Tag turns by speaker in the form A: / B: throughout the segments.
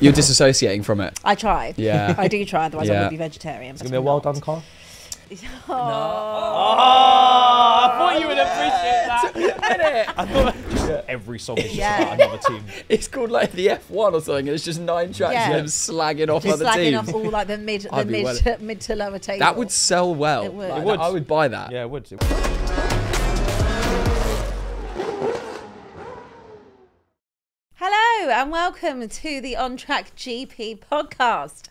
A: You're disassociating from it.
B: I try.
A: Yeah.
B: I do try, otherwise I
A: Yeah.
B: would be vegetarian.
C: It's gonna be a well done call.
A: I thought you would appreciate that.
C: I thought just every song is just
B: Yeah.
C: about another team.
A: It's called like the F1 or something, and it's just nine tracks
B: Yeah.
A: of them slagging off
B: Just
A: other
B: slagging
A: teams.
B: off all like the mid, the
A: I'd be
B: mid,
A: well-
B: to, mid to lower table.
A: that would sell well.
B: It would.
A: Like,
B: It
C: would.
A: I would buy that.
C: Yeah, it would.
B: Hello and welcome to the On Track GP podcast.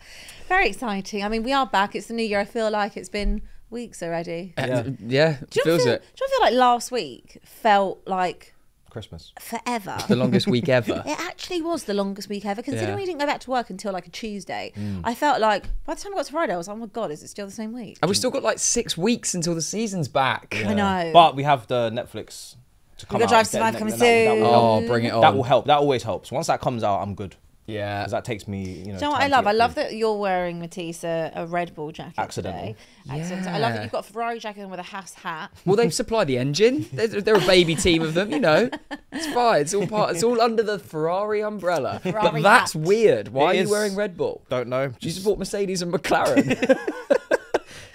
B: Very exciting. I mean, we are back. It's the new year. I feel like it's been weeks already.
A: Yeah,
B: Do you not
A: feels
B: feel,
A: it.
B: Do you not feel like last week felt like
C: Christmas.
B: forever?
A: The longest week ever.
B: It actually was the longest week ever. Considering
A: Yeah. Mm.
B: we didn't go back to work until like a Tuesday, I felt like by the time I got to Friday, I was like, oh my god, is it still the same week?
A: And we've still got like six weeks until the season's back.
B: I know.
C: But we have the Netflix to come
B: Oh. got
C: out.
B: Drive to
C: Then
B: Survive
C: that-
B: coming
C: that will-
A: Oh, bring it on.
C: That will help. That will help. That always helps. Once that comes out, I'm good.
A: Yeah.
C: Because that takes me, you know.
B: Do you know what I
C: time to
B: love?
C: get
B: I love
C: through.
B: that you're wearing Matisse a, a Red Bull jacket
C: Accidental.
B: today. Accidental. I love that
A: Yeah.
B: you've got a Ferrari jacket on with a Haas hat.
A: Well, they supply the engine. They're, they're a baby team of them, you know. It's fine. It's all part. It's all under the Ferrari umbrella.
B: Ferrari
A: but that's
B: hat.
A: weird. Why
C: It
A: are
C: is.
A: you wearing Red Bull?
C: Don't know.
A: You
C: Just
A: support Mercedes and McLaren.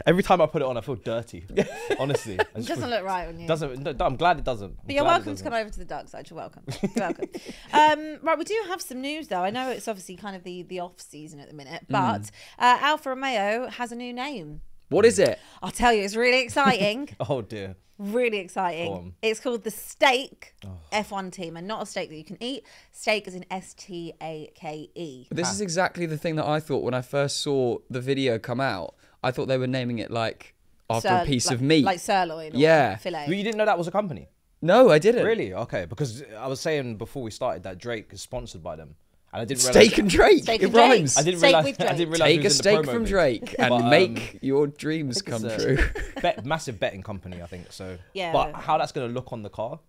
C: every time I put it on, I feel dirty. Honestly, I just
B: Doesn't
C: feel-
B: look right on you.
C: Doesn't. no, I'm glad it doesn't.
B: But you're welcome to come over to the dark side. You're welcome. You're welcome. um, right, we do have some news though. I know it's obviously kind of the the off season at the
C: Mm.
B: minute, but uh, Alfa Romeo has a new name.
A: what is it?
B: I'll tell you, it's really exciting.
C: Oh dear.
B: really exciting.
C: Go on. Oh.
B: It's called the Steak F1 Team, and not a steak that you can eat. Steak is in S T A K E.
A: This is exactly the thing that I thought when I first saw the video come out. I thought they were naming it like after a
B: Sir-
A: piece
B: like-
A: of meat.
B: like sirloin, or
A: Yeah.
B: fillet.
C: But you didn't know that was a company.
A: no, I didn't.
C: Really? Okay. Because I was saying before we started that Drake is sponsored by them, and I didn't realize.
A: Steak and Drake.
B: Steak
A: it
B: and Drake.
A: rhymes.
C: I didn't
B: Steak
C: realize.
B: with
C: I
B: Drake.
C: didn't realize.
A: Take a steak from Drake and
C: But, um,
A: make your dreams come
C: it's
A: true.
C: a bet, massive betting company, I think. So,
B: Yeah.
C: But how that's going to look on the car?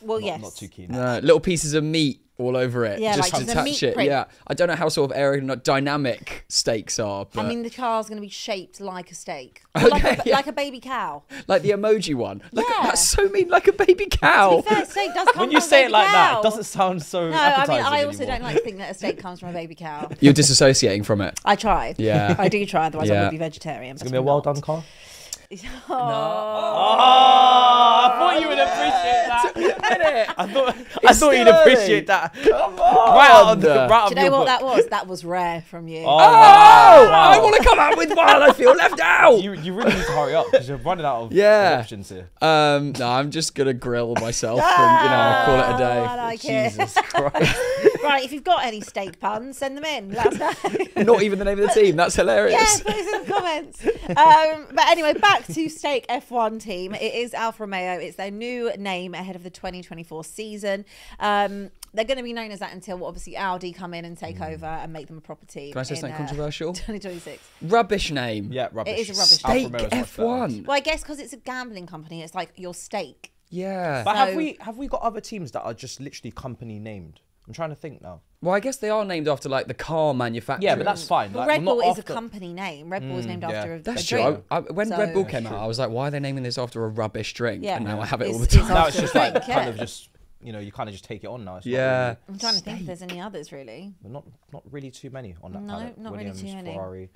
B: well,
C: Not,
B: yes.
C: not too keen.
A: No, little pieces of meat all over it,
B: Yeah,
A: just
B: like
A: to
B: the meat
A: touch it.
B: print.
A: Yeah, I don't know how sort of aerodynamic steaks are, but
B: I mean, the car's going to be shaped like a steak, Or like, a, like a baby cow.
A: like the emoji one. Look,
B: Yeah.
A: that's so mean, like a baby cow.
B: To be fair, steak does come
C: When you
B: from a
C: say it
B: baby
C: like that,
B: cow.
C: it doesn't sound so.
B: No, I mean,
C: appetising
B: I also
C: anymore.
B: don't like to think that a steak comes from a baby cow.
A: You're disassociating from it.
B: I try.
A: Yeah.
B: I do try, otherwise I
A: Yeah.
B: would be vegetarian. It's
C: Give me a well done car. Oh,
A: I thought you would appreciate that. I thought,
C: I thought you'd appreciate that. Come on. Right on the,
A: Thunder.
C: right on
B: Do you know
C: your
B: what
C: book.
B: that was? That was rare from you.
C: Oh,
A: Oh,
C: wow.
A: I want to come out with one. I feel left out.
C: You, you really need to hurry up because you're running out of
A: Yeah.
C: options here.
A: Um, no, I'm just gonna grill myself and you know call it a day.
B: I like
C: Jesus Christ.
B: it. Right, if you've got any steak puns, send them in. Let us know.
A: Not even the name of the team. That's
B: Yeah,
A: hilarious.
B: put us in the comments. Um, but anyway, back to Stake F1 team. It is Alfa Romeo. It's their new name ahead of the 2024 season. Um, they're going to be known as that until obviously Audi come in and take over and make them a proper team.
A: Mm. Can I say
B: in,
A: something
B: uh,
A: controversial?
B: 2026.
A: Rubbish name.
C: Yeah, rubbish.
B: is rubbish.
C: Alfa
A: Steak
C: Romeo's much better.
A: F1.
B: Well, I guess because it's a gambling company, it's like your stake.
A: Yeah.
C: But have
B: So-
C: we have we got other teams that are just literally company named? I'm trying to think now.
A: Well, I guess they are named after like the car manufacturer.
C: Yeah, but that's fine.
B: Well,
C: Like,
B: Red
C: we're not
B: Bull is a
C: after-
B: company name. Red Bull is named
C: yeah.
B: after a,
A: Mm, That's
B: a
A: true.
B: drink.
A: I, I, when Red
B: So-
A: Bull came out, I was like, why are they naming this after a rubbish drink?
B: Yeah.
A: And now I have it all the
B: It's-
A: time.
B: it's
C: Now
B: after
C: it's
B: a
C: just like
B: drink,
C: kind
B: yeah.
C: of just you know you kind of just take it on now. It's not
A: yeah.
C: really-
B: I'm trying to think if there's any others really.
C: but not not really too many on that
B: No,
C: planet.
B: not really
C: Williams,
B: too many.
C: Ferrari.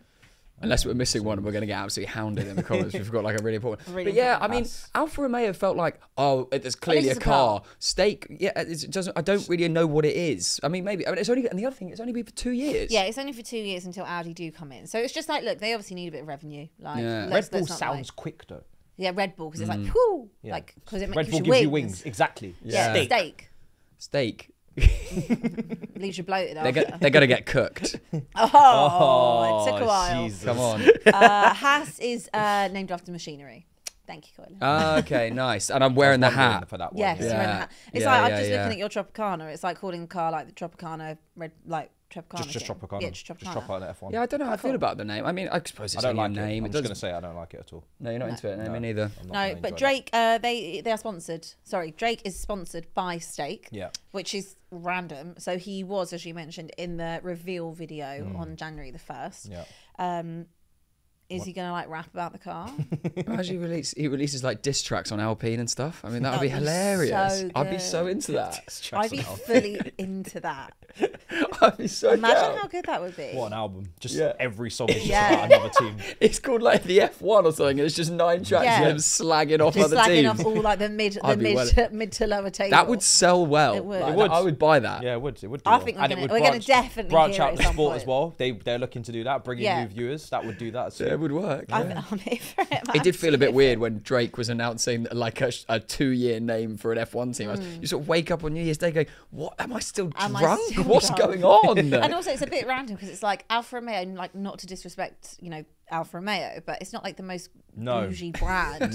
A: Unless we're missing one and we're going to get absolutely hounded in the comments. We've got like a really important.
B: Really
A: but yeah, I
B: important
A: mean, Alfa Romeo felt like, oh, it- there's clearly
B: it's
A: a
B: a car.
A: car. Steak, yeah, it's- it doesn't, I don't really know what it is. I mean, maybe, I mean, it's only, and the other thing, it's only been for two years.
B: Yeah, it's only for two years until Audi do come in. So it's just like, look, they obviously need a bit of revenue. Like,
A: Yeah.
B: let's-
C: Red
B: let's
C: Bull
B: not, like-
C: sounds quick though.
B: yeah, Red Bull because it's like, whoo,
C: Yeah.
B: like because it
C: Red
B: makes
C: Bull
B: you
C: gives
B: wings.
C: you wings. Exactly.
B: Yeah,
A: Steak.
B: steak.
A: Steak.
B: leaves you bloated.
A: They're,
B: After.
A: go- they're going to get cooked.
B: oh, it took a while.
A: Come on.
B: Uh, Haas is uh, named after machinery. Thank you, Colin.
A: okay, nice. And I'm wearing the hat.
C: for that one.
B: yes,
C: yeah.
B: you're in the
A: Oh, Yeah.
B: hat. it's
A: Yeah,
B: like I'm
A: yeah,
B: just
A: yeah.
B: looking at your Tropicana. It's like calling the car like the Tropicana red, like Tropicana.
C: Just just
B: thing.
C: Tropicana.
B: Yeah, just Tropicana.
C: Just Tropicana F1.
A: Yeah, I don't know how I feel about the name. I mean, I suppose
C: I
A: it's
C: don't
A: only
C: like
A: a name.
C: it. I'm
A: It
C: just
A: doesn't-
C: gonna say I don't like it at all.
A: No, you're not into it. No, me neither.
C: I'm
B: No,
C: not gonna
B: but
C: enjoy
B: Drake, uh, they they are sponsored. Sorry, Drake is sponsored by Steak.
C: Yeah.
B: Which is random. So he was, as you mentioned, in the reveal video on January the first. Um,
C: Yeah.
B: Is he gonna like rap about the car?
A: Imagine he, release, he releases like diss tracks on Alpine and stuff. I mean, that would be
B: That'd be
A: hilarious.
B: so
A: I'd be so
B: good.
A: into that.
C: that.
B: I'd be fully into that.
A: I'd be so
B: Imagine
A: down.
B: how good that would be.
C: What an album! Just
A: Yeah.
C: every song is just
B: Yeah.
C: about another team.
A: It's called like the F1 or something. And it's just nine tracks
B: Yeah.
A: of them slagging off
B: Just
A: other
B: slagging
A: teams.
B: off all like the mid, the
A: I'd be
B: mid,
A: well-
B: to, mid to lower table.
A: that would sell well.
B: It would.
A: Like,
B: It
C: would.
A: I would buy that.
C: Yeah, it would. It would. Do
B: I
C: well.
B: think we're
C: and
B: gonna-
C: it would
B: we're gonna
C: branch,
B: definitely
C: branch
B: hear it
C: out
B: at
C: the
B: some
C: sport
B: point.
C: as well. They they're looking to do that, bringing
B: Yeah.
C: new viewers. That would do that. Too.
A: Yeah, it would work.
B: I,
A: yeah.
B: I'm here for it. man.
A: It did feel a bit weird when Drake was announcing like a, a two-year name for an F1 team. I was- You sort of wake up on New Year's Day going, "What? Am I still
B: Mm. Am I
A: drunk?
B: still
A: What's
B: drunk?"
A: going on?"
B: and also it's a bit random because it's like Alfa Romeo, and, like not to disrespect, you know, Alfa Romeo, but it's not like the most
C: No.
B: bougie brand.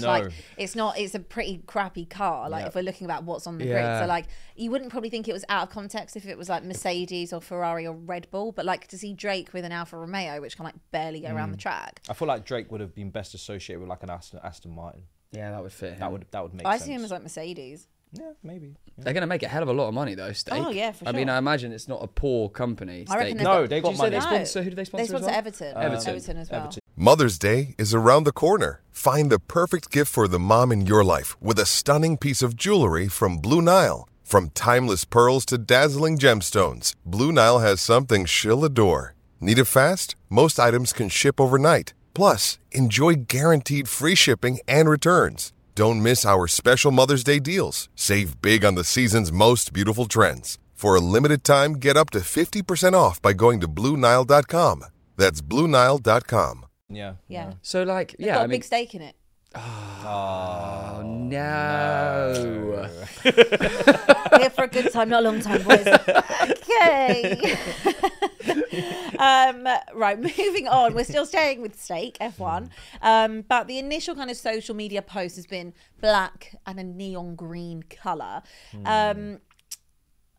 C: No.
B: Like it's not. It's a pretty crappy car. Like if we're looking about what's on the
A: Yeah.
B: grid, so like you wouldn't probably think it was out of context if it was like Mercedes or Ferrari or Red Bull, but like to see Drake with an Alfa Romeo, which can like barely go around the
A: Mm.
B: track.
C: I feel like Drake would have been best associated with like an Aston, Aston Martin.
A: yeah, that would fit.
C: That would that would make
B: I
C: sense.
B: see him as like Mercedes.
C: yeah, maybe.
A: They're going to make a hell of a lot of money though. Steak.
B: Oh, yeah, for
A: I mean,
B: sure.
A: I imagine it's not a poor company.
B: I reckon
A: Steak.
B: they've
C: No,
B: got- Did
C: they've got
B: you say
C: money.
B: they
C: No.
A: sponsor- who do they sponsor as
B: They sponsor
A: well?
B: Everton.
A: Everton.
B: Everton as well.
C: Everton.
D: Mother's Day is around the corner. Find the perfect gift for the mom in your life with a stunning piece of jewelry from Blue Nile. From timeless pearls to dazzling gemstones, Blue Nile has something she'll adore. Need it fast? Most items can ship overnight. Plus, enjoy guaranteed free shipping and returns. Don't miss our special Mother's Day deals. Save big on the season's most beautiful trends. For a limited time, get up to 50% off by going to BlueNile.com. That's BlueNile.com.
C: Yeah.
B: Yeah.
A: So like,
B: They've
A: yeah,
B: got a
A: I mean,
B: big stake in it.
A: oh no.
B: here for a good time, not a long time, boys. okay. um, right, moving on. We're still staying with steak, F1. Um, but the initial kind of social media post has been black and a neon green colour.
C: Hmm.
B: Um,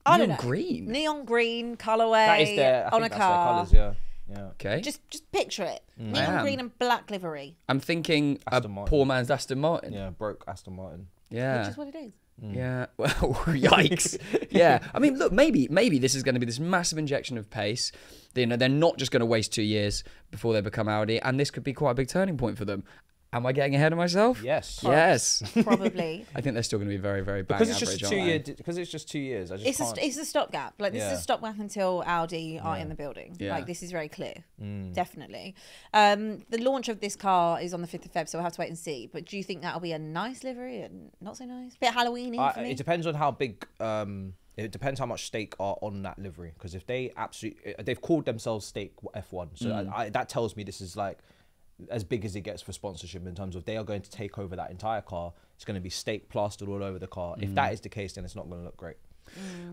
B: I don't
A: Neon
B: know.
A: green?
B: Neon green colourway
C: That is their. I
B: on
C: think
B: a
C: that's
B: car.
C: their colours. Hmm. Yeah. Yeah.
A: Okay.
B: Just just picture it.
A: I
B: Neon
A: am.
B: green and black livery,
A: I'm thinking a
C: Aston Martin.
A: poor man's Aston Martin.
C: Yeah. Mm. Broke Aston Martin.
A: Yeah.
B: which is what it is.
A: Yeah. Well, yikes. yeah. I mean, look, maybe maybe this is going to be this massive injection of pace. You know, they're not just going to waste two years before they become Audi, and this could be quite a big turning point for them. Am I getting ahead of myself?
C: Yes.
A: Yes.
B: Probably.
A: I think they're still going to be very, very bang
C: Because it's
A: average,
C: just a two
A: aren't
C: year.
A: they?
C: Because it's just two years. I just
B: It's
C: can't.
B: a, it's a stopgap. Like this
C: Yeah.
B: is a stopgap until Audi are in the building.
A: Yeah. Mm.
B: Like this is very clear, definitely. Um, the launch of this car is on the fifth of Feb, so we'll have to wait and see. But do you think that'll be a nice livery and not so nice? Bit Halloweeny
C: I-
B: for me.
C: it depends on how big. Um, it depends how much stake are on that livery because if they absolutely they've called themselves stake F1, so
A: Mm.
C: I, I, that tells me this is like as big as it gets for sponsorship in terms of they are going to take over that entire car. It's going to be stake plastered all over the car.
A: Mm.
C: If that is the case, then it's not going to look great.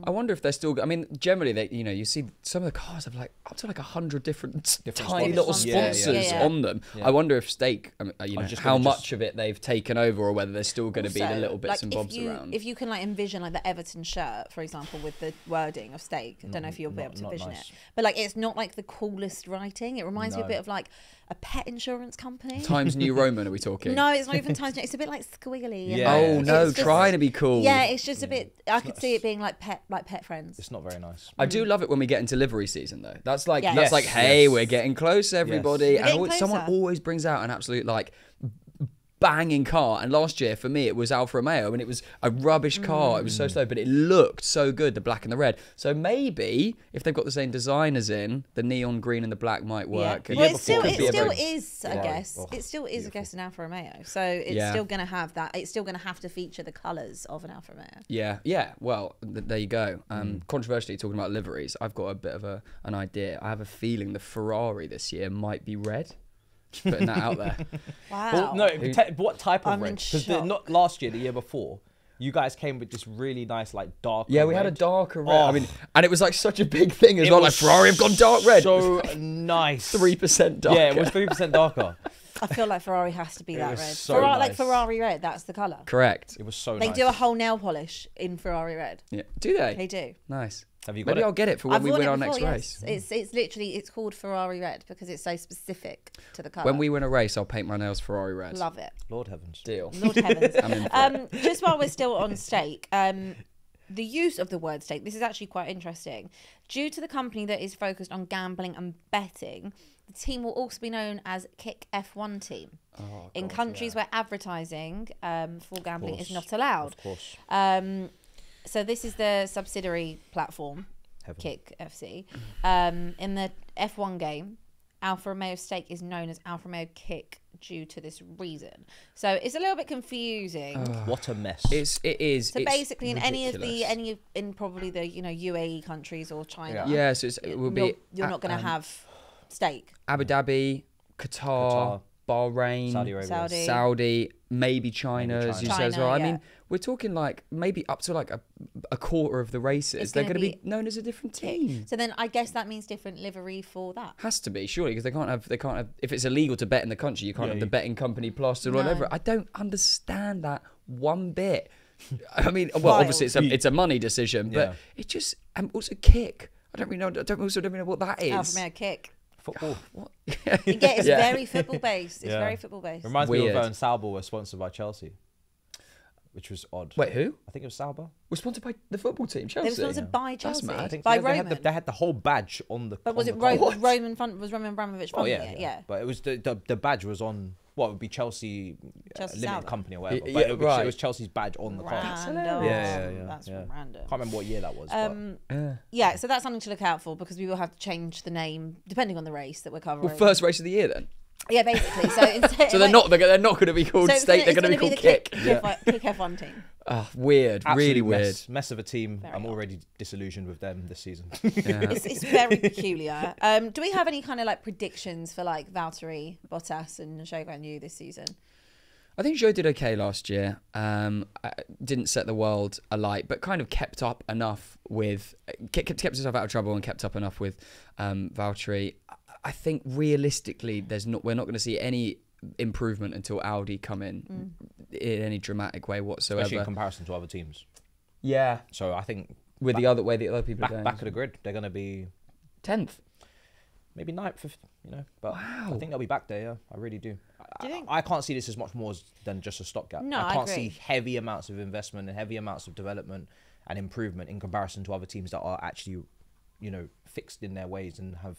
A: I wonder if they're still. I mean, generally, they you know you see some of the cars have like up to like a hundred different, tiny
C: sponsors.
A: little
C: Yeah, yeah.
A: sponsors
B: Yeah, yeah.
A: on them. I wonder if stake, um, uh, you know,
C: just
A: how
C: gonna
A: much
C: just-
A: of it they've taken over, or whether there's still going to be the
B: Also,
A: little bits
B: like,
A: and bobs
B: if you,
A: around.
B: If you can like envision like the Everton shirt, for example, with the wording of steak, I don't know if you'll be able to
C: not
B: envision
C: nice.
B: it. But like it's not like the coolest writing. It reminds me a bit of like a pet insurance company.
A: Times New Roman, are we talking?
B: No, it's not even Times New. It's a bit like squiggly. and,
C: Yeah.
B: like,
A: Oh
B: it's
A: no,
B: just-
A: trying to be cool.
B: Yeah, it's just a bit. I could see it being like like pet like pet friends.
C: It's not very nice.
A: I
B: Mm.
A: do love it when we get into livery season though. That's like
B: Yeah.
A: that's
C: Yes.
A: like, hey,
C: Yes.
A: we're getting close, everybody.
B: We're
A: and
B: getting
A: always- someone
B: closer.
A: always brings out an absolute like b- banging car. And last year for me, it was Alfa Romeo, and it was a rubbish car. It was
B: Mm.
A: so slow, but it looked so good, the black and the red. So maybe if they've got the same designers in, the neon green and the black might work.
B: Yeah.
A: And
B: Well,
C: year
B: it still
C: before
B: it
C: could be a
B: still
C: very-
B: is, I
C: Yeah.
B: guess.
C: Oh,
B: it still is, I guess, an Alfa Romeo. So it's
A: Yeah.
B: still going to have that. It's still going to have to feature the colours of an Alfa Romeo.
A: Yeah, yeah. Well, th- there you go. Um,
C: Mm.
A: Controversially talking about liveries, I've got a bit of a an idea. I have a feeling the Ferrari this year might be red. Just putting that out there.
B: Wow.
C: Well, no, te- what type of
B: I'm in
C: red? Because not last year, the year before, you guys came with this really nice like dark.
A: Yeah, we had a darker red. I mean, and it was like such a big thing as
C: Oh. It
A: well. Like
C: was
A: Ferrari have gone dark red.
C: So nice.
A: Three percent darker.
C: Yeah, it was three percent darker.
B: I feel like Ferrari has to be that red.
C: was so
B: Ferrari, Like
C: nice.
B: Ferrari red, that's the colour.
A: correct.
C: It was so
B: They
C: nice.
B: do a whole nail polish in Ferrari red.
A: Yeah. Do they?
B: They do.
A: Nice.
C: Have you got
A: Maybe
C: it?
A: I'll get it for when we
B: worn
A: win
B: it
A: our
B: before,
A: next race.
B: yes. It's it's literally it's called Ferrari red because it's so specific to the colour.
A: When we win a race, I'll paint my nails Ferrari red.
B: love it.
C: Lord heavens.
A: Deal.
B: Lord heavens.
A: in for
B: um, just while we're still on steak, um, the use of the word steak, this is actually quite interesting. Due to the company that is focused on gambling and betting, the team will also be known as Kick F1 Team.
C: Oh,
B: in countries where advertising um, for gambling is not allowed.
C: Of course.
B: Um, so this is the subsidiary platform, Kick FC. Um, in the F1 game, Alfa Romeo stake is known as Alfa Romeo Kick due to this reason. So it's a little bit confusing.
C: What a mess.
A: It's it is.
B: so
A: Uh, it's
B: basically, in any of the
A: ridiculous.
B: any of, in probably the you know UAE countries or China,
A: Yeah, so it's, it will
B: you're,
A: be.
B: you're not going to have stake.
A: Abu Dhabi, Qatar,
C: Qatar,
A: Bahrain,
C: Saudi Arabia.
B: Saudi.
A: Saudi, maybe China, as you
B: China.
A: say as
B: China,
A: well. I
B: yeah.
A: mean, we're talking like maybe up to like a, a quarter of the races.
B: It's
A: They're
B: gonna
A: going to be,
B: be
A: known as a different team.
B: So then I guess that means different livery for that.
A: Has to be surely because they can't have they can't have if it's illegal to bet in the country you can't have the betting company plastered all over. it. I don't understand that one bit. I mean, well, obviously it's a it's a money decision, but
C: Yeah.
A: it just and also kick. I don't really know. I don't also don't really know what that is.
B: Alfa Romeo Kick.
C: Football.
A: What?
B: Yeah, it's
A: Yeah.
B: very football based. It's very football based.
C: Reminds me
A: Weird.
C: of when Sauber were sponsored by Chelsea, which was odd.
A: Wait, who?
C: I think it was Sauber.
A: was sponsored by the football team, Chelsea.
B: They were sponsored by
A: That's
B: Chelsea,
A: mad. I
C: I think
B: by
C: they, they
B: Roman.
C: had the, they had the whole badge on the.
B: but was
C: on
B: it
C: the car.
B: Ro- Roman? Fun- was Roman Abramovich?
C: Oh
B: funding
C: yeah, yeah,
B: it?
C: But it was the, the the badge was on what would be Chelsea, uh,
B: Chelsea
C: Limited
B: Sauber.
C: Company or whatever.
A: Y-
C: but
A: yeah,
C: it, was,
A: right.
C: it was Chelsea's badge on the car.
B: Random.
A: hilarious.
C: Yeah, yeah, yeah,
B: That's
C: yeah.
B: random.
C: Can't remember what year that was.
B: Um, yeah, so that's something to look out for because we will have to change the name depending on the race that we're covering.
A: Well, first race of the year then.
B: yeah, basically. So, instead,
A: So they're not they're, they're not going to be called
B: so it's
A: state.
B: gonna-
A: They're
B: it's
A: going to be
B: gonna
A: called
B: the
A: kick.
B: Kick, kick, F- kick F1 team.
A: Ah, weird,
C: but
A: really
C: absolute
A: weird.
C: mess, mess of a team. I'm already disillusioned with them this season.
B: It's, it's very peculiar. Um, do we have any kind of like predictions for like Valtteri Bottas and Shogun Yu this season?
A: I think Joe did okay last year. Um, I- didn't set the world alight, but kind of kept up enough with kept, kept kept himself out of trouble and kept up enough with um, Valtteri. I- I think realistically, there's not we're not going to see any improvement until Audi come in
B: Hmm.
A: in any dramatic way whatsoever.
C: Especially in comparison to other teams.
A: yeah,
C: So I think
A: with the other way the other people
C: back,
A: are going.
C: back of the grid, they're going to be
A: tenth.
C: maybe ninth, fifth, you know. But I think they'll be back there. Yeah, I really do. I, I, I can't see this as much more as, than just a stopgap.
B: No, I
C: I can't
B: agree.
C: see heavy amounts of investment and heavy amounts of development and improvement in comparison to other teams that are actually, you know, fixed in their ways and have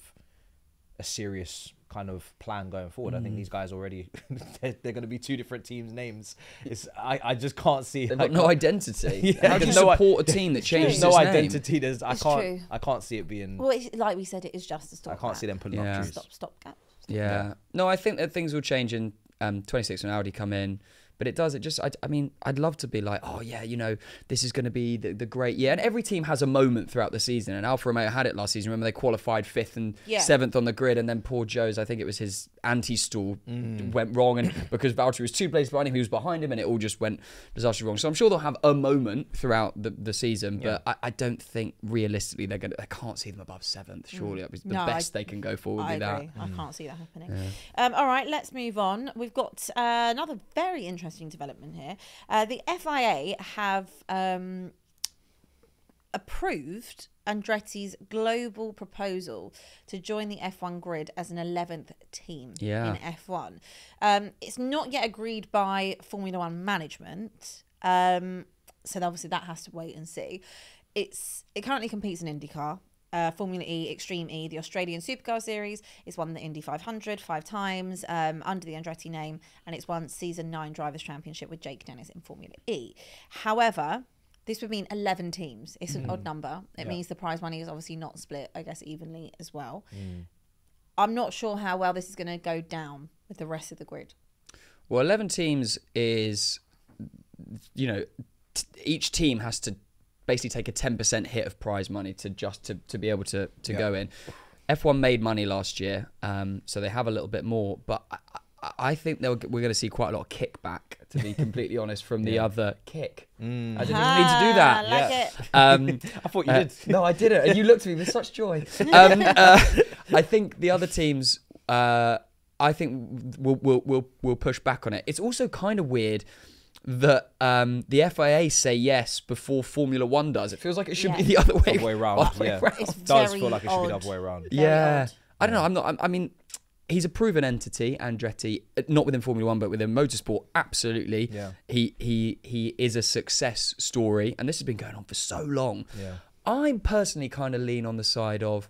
C: a serious kind of plan going forward.
A: Mm.
C: I think these guys already they're, they're going to be two different teams' names. It's I, I just can't see.
A: They've
C: I
A: got no
C: can't-
A: identity.
C: Yeah,
A: How do you
C: there's no i-
A: support a team that changes
C: There's
A: its
C: no
A: name?
C: identity. There's I
B: It's
C: can't
B: true.
C: I can't see it being.
B: Well, it's, like we said, it is just a
C: I
B: stopgap.
C: can't see them putting
A: Yeah.
C: up
A: Just
C: trees.
B: Stop, stopgap.
A: Yeah. No, I think that things will change in um, 26 when Audi come in. But it does. It just. I, I mean, I'd love to be like, oh yeah, you know, this is going to be the, the great year. And every team has a moment throughout the season. And Alfa Romeo had it last season. Remember they qualified fifth and
B: Yeah.
A: seventh on the grid, and then poor Joe's. I think it was his anti-stall
B: Mm.
A: went wrong, and because Valtteri was two places behind him, he was behind him, and it all just went disastrously wrong. So I'm sure they'll have a moment throughout the, the season, but I, I don't think realistically they're going to. I can't see them above seventh. Surely that was the
B: Mm. No, I-
A: best they can go for would
B: I
A: be that.
B: agree. I can't see that happening. Um, all right, let's move on. We've got uh, another very interesting development here. Uh, the FIA have um, approved Andretti's global proposal to join the F1 grid as an 11th team
A: Yeah.
B: in F1. Um, it's not yet agreed by Formula One management. Um, so obviously that has to wait and see. It's it currently competes in IndyCar, uh, Formula E, Extreme E, the Australian Supercar Series. It's won the Indy 500 five times um, under the Andretti name, and it's won Season Nine Drivers' Championship with Jake Dennis in Formula E. However. This would mean 11 teams. It's an odd number. It means the prize money is obviously not split, I guess, evenly as well. I'm not sure how well this is going to go down with the rest of the grid.
A: Well, 11 teams is, you know, t- each team has to basically take a 10% hit of prize money to just to, to be able to, to go in. F1 made money last year, um, so they have a little bit more, but I, I- I think they'll, we're going to see quite a lot of kickback, to be completely honest, from the other kick. I didn't even need to do that.
B: Ah, I like it.
A: Um,
C: I thought you
A: uh,
C: did.
A: no, I didn't. And you looked at me with such joy. Um, uh, I think the other teams, uh, I think, will will will will push back on it. It's also kind of weird that um, the FIA say yes before Formula One does. It feels like it should be the other way,
C: Other way round,
A: other way
C: yeah.
A: round.
B: It's
C: does
B: very
C: feel like it should be the
B: odd.
C: other way around.
B: Very
A: Yeah.
B: odd.
A: I don't know. I'm not. I'm, I mean, he's a proven entity, Andretti, uh, not within Formula One, but within motorsport. Absolutely.
C: Yeah.
A: He he he is a success story, and this has been going on for so long. Yeah. I'm personally kind of lean on the side of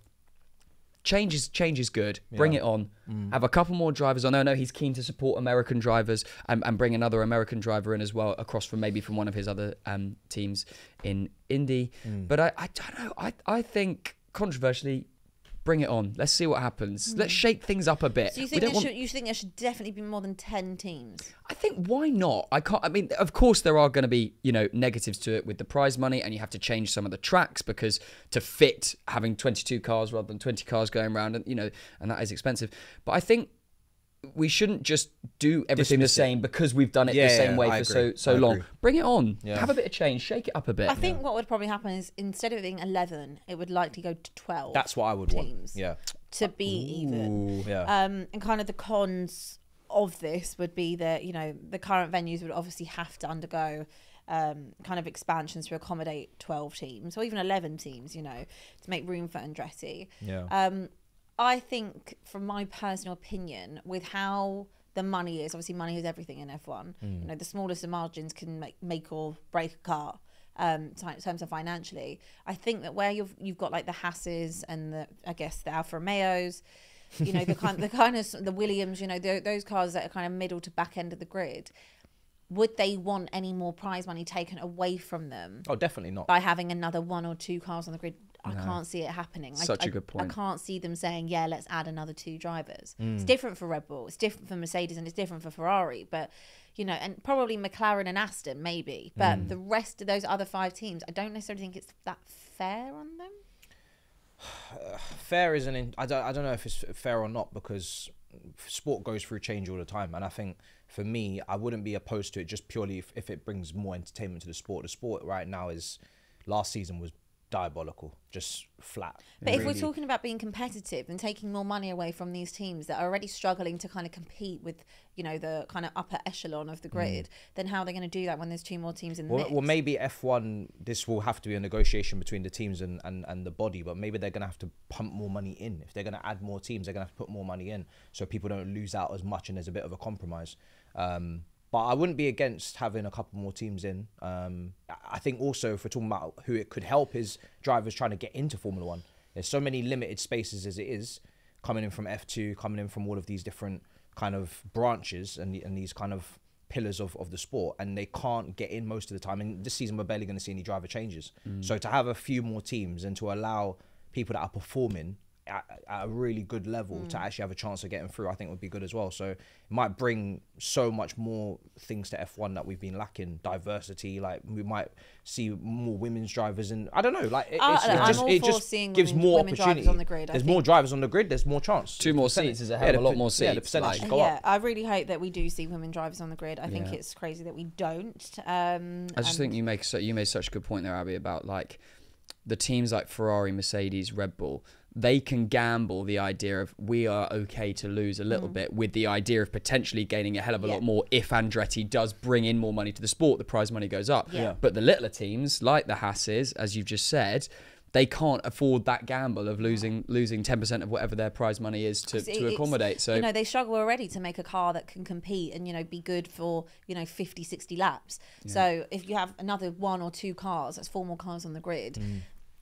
A: change is change is good. Bring it on. Have a couple more drivers on. No, no, he's keen to support American drivers and, and bring another American driver in as well across from maybe from one of his other um, teams in Indy. But I, I don't know. I I think controversially, bring it on. Let's see what happens. Let's shake things up a bit.
B: Mm. So you
A: We
B: think
A: don't
B: there
A: want-
B: should you think there should definitely be more than ten teams?
A: I think why not? I can't. I mean, of course there are going to be you know negatives to it with the prize money, and you have to change some of the tracks because to fit having 22 cars rather than 20 cars going around, and you know, and that is expensive. But I think we shouldn't just do everything
C: Dismiss it.
A: the same because we've done it
C: Yeah,
A: the same
C: yeah,
A: way
C: I
A: for so
C: agree.
A: so
C: I
A: long.
C: agree.
A: Bring it on. Have a bit of change. Shake it up a bit.
B: I think what would probably happen is instead of it being eleven, it would likely go to twelve.
C: That's what I would want.
B: teams
C: Yeah. Uh,
B: to be even.
C: Yeah.
B: Um, and kind of the cons of this would be that you know the current venues would obviously have to undergo um, kind of expansions to accommodate twelve teams or even eleven teams. You know to make room for Andretti.
C: Yeah.
B: Um, I think, from my personal opinion, with how the money is, obviously, money is everything in F1. You know, the smallest of margins can make, make or break a car um, ti- in terms of financially. I think that where you've you've got like the Hasses and the I guess the Alfa Romeos, you know, the kind the kind of s- the Williams, you know, tho- those cars that are kind of middle to back end of the grid. Would they want any more prize money taken away from them?
C: oh, definitely not.
B: by having another one or two cars on the grid. I can't see it happening. I-
A: Such a
B: I-
A: good point. Mm.
B: I can't see them saying, "Yeah, let's add another two drivers." It's different for Red Bull. It's different for Mercedes, and it's different for Ferrari. But you know, and probably McLaren and Aston, maybe. But
A: Mm.
B: the rest of those other five teams, I don't necessarily think it's that fair on them.
C: fair isn't in, I don't I don't know if it's fair or not because sport goes through change all the time and I think for me I wouldn't be opposed to it just purely if, if it brings more entertainment to the sport the sport right now is last season was diabolical just flat
B: But if
C: really.
B: we're talking about being competitive and taking more money away from these teams that are already struggling to kind of compete with, you know, the kind of upper echelon of the
A: Mm.
B: grid, then how are they going to do that when there's two more teams in the
C: well,
B: mix?
C: well maybe F1 this will have to be a negotiation between the teams and, and, and the body but maybe they're going to have to pump more money in if they're going to add more teams they're going to have to put more money in so people don't lose out as much and there's a bit of a compromise um, but I wouldn't be against having a couple more teams in um, I- I think also if we're talking about who it could help is drivers trying to get into Formula 1 there's so many limited spaces as it is coming in from F2 coming in from all of these different kind of branches and, the, and these kind of pillars of, of the sport and they can't get in most of the time. And this season, we're barely going to see any driver changes. So to have a few more teams and to allow people that are performing at, at a really good level to
B: Mm.
C: actually have a chance of getting through, I think would be good as well. So it might bring so much more things to F1 that we've been lacking diversity. Like we might see more women's drivers and I don't know, like it,
B: I-
C: it's,
B: Uh, I'm
C: it just,
B: all
C: it
B: for
C: just
B: seeing
C: gives
B: women-
C: more
B: women drivers
C: opportunity.
B: on the grid, I
C: There's more
B: think.
C: drivers on the grid. There's more chance.
A: Two more
C: Percentage-
A: seats is a hell
C: yeah,
A: of
C: the
A: a lot
C: per-
A: more
C: Yeah, the
A: seats,
C: percentages
A: like-
C: go
B: yeah,
C: up.
B: I really hope that we do see women drivers on the grid. I think it's crazy that we don't. Um,
A: I just think you make so you made such a good point there, Abby, about like the teams like Ferrari, Mercedes, Red Bull. They can gamble the idea of we are okay to lose a
B: Mm-hmm.
A: little bit with the idea of potentially gaining a hell of a lot more if Andretti does bring in more money to the sport, the prize money goes up.
B: Yeah. Yeah.
A: But the littler teams, like the Hasses, as you've just said, they can't afford that gamble of losing losing ten percent of whatever their prize money is to,
B: It-
A: to
B: it's-
A: accommodate. So
B: you know they struggle already to make a car that can compete and you know be good for you know 50 60 laps so if you have another one or two cars that's four more cars on the grid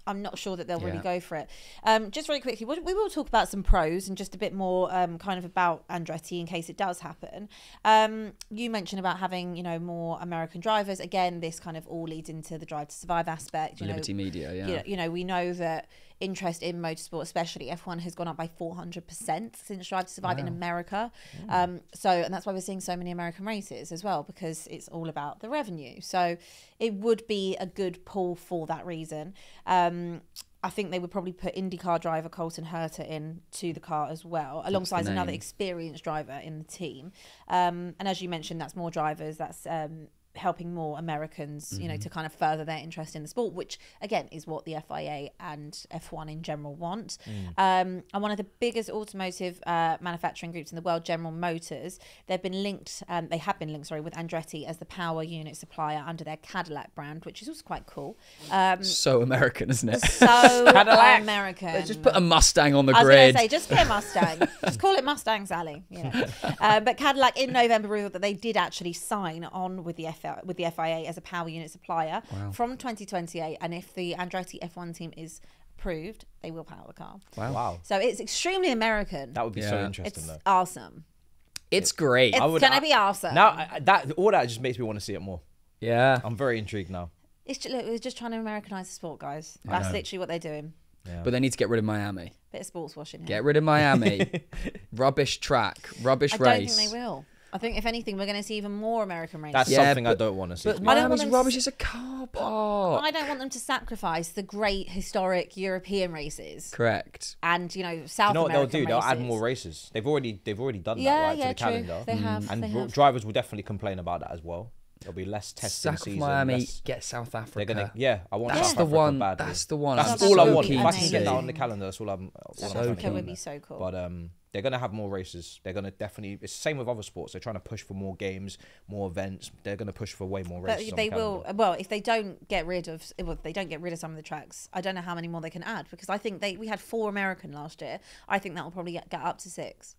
B: I'm not sure that they'll really
A: Mm. Yeah.
B: go for it. Um, just really quickly, we we will talk about some pros and just a bit more um, kind of about Andretti in case it does happen. Um, you mentioned about having, you know, more American drivers. Again, this kind of all leads into the drive to survive aspect. You
A: Liberty
B: know,
A: Media,
B: you
A: yeah.
B: know- you know, we know that interest in motorsport, especially F1, has gone up by 400% since Drive to Survive in America. Um, so, and that's why we're seeing so many American races as well, because it's all about the revenue. So, it would be a good pull for that reason. Um, I think they would probably put IndyCar driver Colton Herta in to the car as well, alongside another experienced driver in the team. Um, and as you mentioned, that's more drivers. That's um, helping more Americans, you know,
A: Mm-hmm.
B: to kind of further their interest in the sport, which again is what the FIA and F1 in general want.
A: Mm.
B: Um, and one of the biggest automotive uh, manufacturing groups in the world, General Motors, they've been linked, um, they have been linked, sorry, with Andretti as the power unit supplier under their Cadillac brand, which is also quite cool. Um,
A: so American, isn't it?
B: so
A: Cadillac.
B: American.
A: Let's just put a Mustang on the
B: I was going
A: grid.
B: to say, just get a Mustang. just call it Mustang Sally. You know. um, but Cadillac in November revealed that they did actually sign on with the F- with the FIA as a power unit supplier from 2028, and if the Andretti F1 team is approved, they will power the car.
C: Wow.
B: So it's extremely American.
C: That would be so
A: Yeah.
C: interesting,
B: it's
C: though.
B: awesome.
A: it's great.
B: It's
C: would-
B: gonna
C: I-
B: be awesome.
C: Now I- I- that all that just makes me want to see it more.
A: yeah.
C: I'm very intrigued now.
B: It's just, look, we're just trying to Americanize the sport, guys. That's literally what they're doing.
A: But they need to get rid of Miami.
B: Bit of sports washing. Here.
A: Get rid of Miami. rubbish track. Rubbish
B: I don't
A: race.
B: think they will. I think if anything, we're going to see even more American races.
C: That's
A: Yeah,
C: something I
A: but-
C: don't want to see.
A: But
B: I don't want
A: Miami's
B: them to-
A: rubbish. It's a car park.
B: I don't want them to sacrifice the great historic European races
A: Correct.
B: and you know South
C: you know what they'll
B: American
C: do? They'll add
B: races.
C: more races. They've already they've already done
B: Yeah,
C: that right
B: yeah,
C: to the
B: true.
C: calendar. Mm.
B: They have,
C: And
B: they
C: dr-
B: have.
C: drivers will definitely complain about that as well. There'll be less testing
A: Sack off
C: season.
A: Miami.
C: less-
A: Get South Africa.
C: they're gonna yeah. I want
A: That's
C: South
A: the
C: Africa
A: one-
C: badly.
A: that's the one
C: That's
B: I'm
C: all I
B: so
C: want. If I can
B: keen
C: get that
B: to
C: on the
B: see.
C: calendar, that's all I'm. all
B: South
C: I'm
B: Africa
C: thinking.
B: would be so cool.
C: But um, they're gonna have more races. They're gonna definitely. It's the same with other sports. They're trying to push for more games, more events. They're gonna push for way more
B: But
C: races. on the
B: they will. uh,
C: calendar.
B: Well, if they don't get rid of, well, if they don't get rid of some of the tracks, I don't know how many more they can add because I think they we had four American last year. I think that will probably get, get up to six.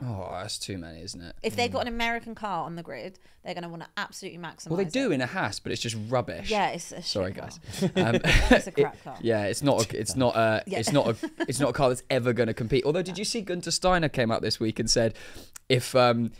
A: Oh, that's too many, isn't it?
B: If they've
C: Mm.
B: got an American car on the grid, they're going to want to absolutely maximize.
A: Well, they do
B: It.
A: in a Haas, but it's just rubbish.
B: Yeah, it's a shit
A: Sorry,
B: car.
A: guys. Um,
B: It's a
A: it-
B: crap car.
A: yeah, it's not. A, it's not. A, It's not. A, it's not a car that's ever going to compete. Although, did you see Gunter Steiner came out this week and said, if um,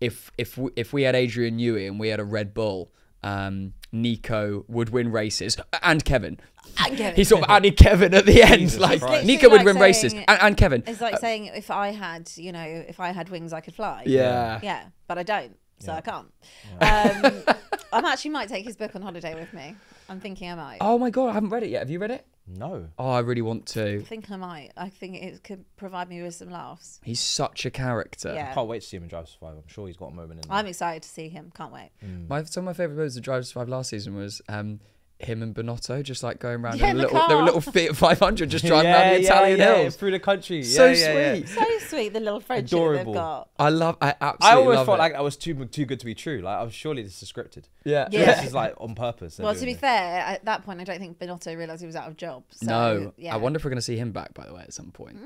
A: if if we, if we had Adrian Newey and we had a Red Bull, um, Nico would win races and Kevin.
B: And Kevin.
A: He sort of added Kevin at the end. like
B: Christ.
A: Nico would
B: Literally like
A: win races
B: saying-
A: and, and Kevin.
B: It's
C: uh,
B: like saying if I had, you know, if I had wings, I could fly.
A: yeah.
B: Yeah, but I don't, so I can't. Um, I'm actually might take his book on holiday with me. I'm thinking I might.
A: Oh my god, I haven't read it yet. Have you read it?
B: uh,
C: No.
A: Oh, I really want to.
B: I think I might. I think it could provide me with some laughs.
A: He's such a character.
B: Yeah.
C: Can't wait to see him in Drive to Survive. I'm sure he's got a moment in there.
B: I'm excited to see him. Can't wait.
C: Mm.
A: My some of my favourite moments of Drive to Survive last season was um, him and Bonotto just like going around
B: Yeah,
A: in
B: in
A: a
B: the
A: little they were
B: car.
A: little Fiat 500 just driving around the Italian hills.
C: through the country.
A: So
C: Yeah, yeah, yeah.
A: sweet.
B: So sweet, the little friendship that
C: Adorable.
B: they've got.
A: I love. I
C: I
A: absolutely
C: always
A: love it.
C: felt like I was too too good to be true. Like I was surely this is scripted.
A: yeah.
B: Yeah.
C: This is like on purpose. they're
B: Well, to
C: doing
B: be
C: this.
B: fair, at that point, I don't think Benotto realised he was out of job. So,
A: no,
B: yeah.
A: I wonder if we're gonna see him back. By the way, at some point,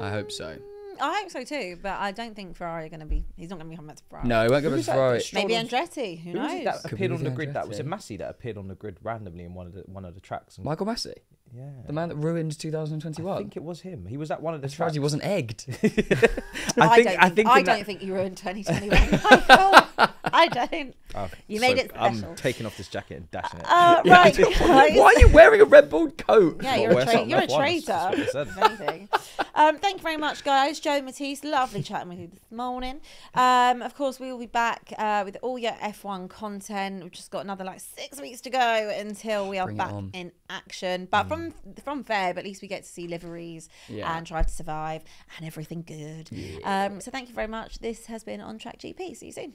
A: I hope so.
B: Mm, I hope so too, but I don't think Ferrari are going to be. He's not going to be coming back to Ferrari.
A: No, he won't go back to
C: Who's that?
A: Ferrari.
C: Stroll
B: Maybe
C: on-
B: Andretti. Who
C: Who was it
B: knows?
C: that appeared
A: be
C: on the grid? That was it
A: Andretti.
C: Massey that appeared on the grid randomly in one of the one of the tracks. And,
A: Michael Massey,
C: yeah,
A: the man that ruined
C: I
A: 2021.
C: think it was him. He was at one of the
A: I'm surprised
C: tracks.
A: he wasn't egged.
B: I,
C: think-
B: don't.
C: I
B: think,
C: think
B: I
C: in that-
B: don't think you ruined 2021. Michael. I don't.
C: Oh,
B: you made it special.
C: I'm taking off this jacket and dashing it.
B: Uh, right, guys.
A: Why are you wearing a Red Bull coat?
B: Yeah,
C: Not
B: you're a,
C: worth
B: tra-
C: it.
B: you're a
C: Not once,
B: traitor.
C: that's what I
B: if
C: said.
B: anything. Um, thank you very much, guys. Joe Matisse, lovely chatting with you this morning. Um, of course, we will be back uh, with all your F1 content. We've just got another like six weeks to go until we are
A: Bring it
B: back
A: on. Mm.
B: in action. But from from Feb, at least we get to see liveries
A: Yeah.
B: and Drive to Survive and everything good. Um, so thank you very much. This has been On Track GP. See you soon.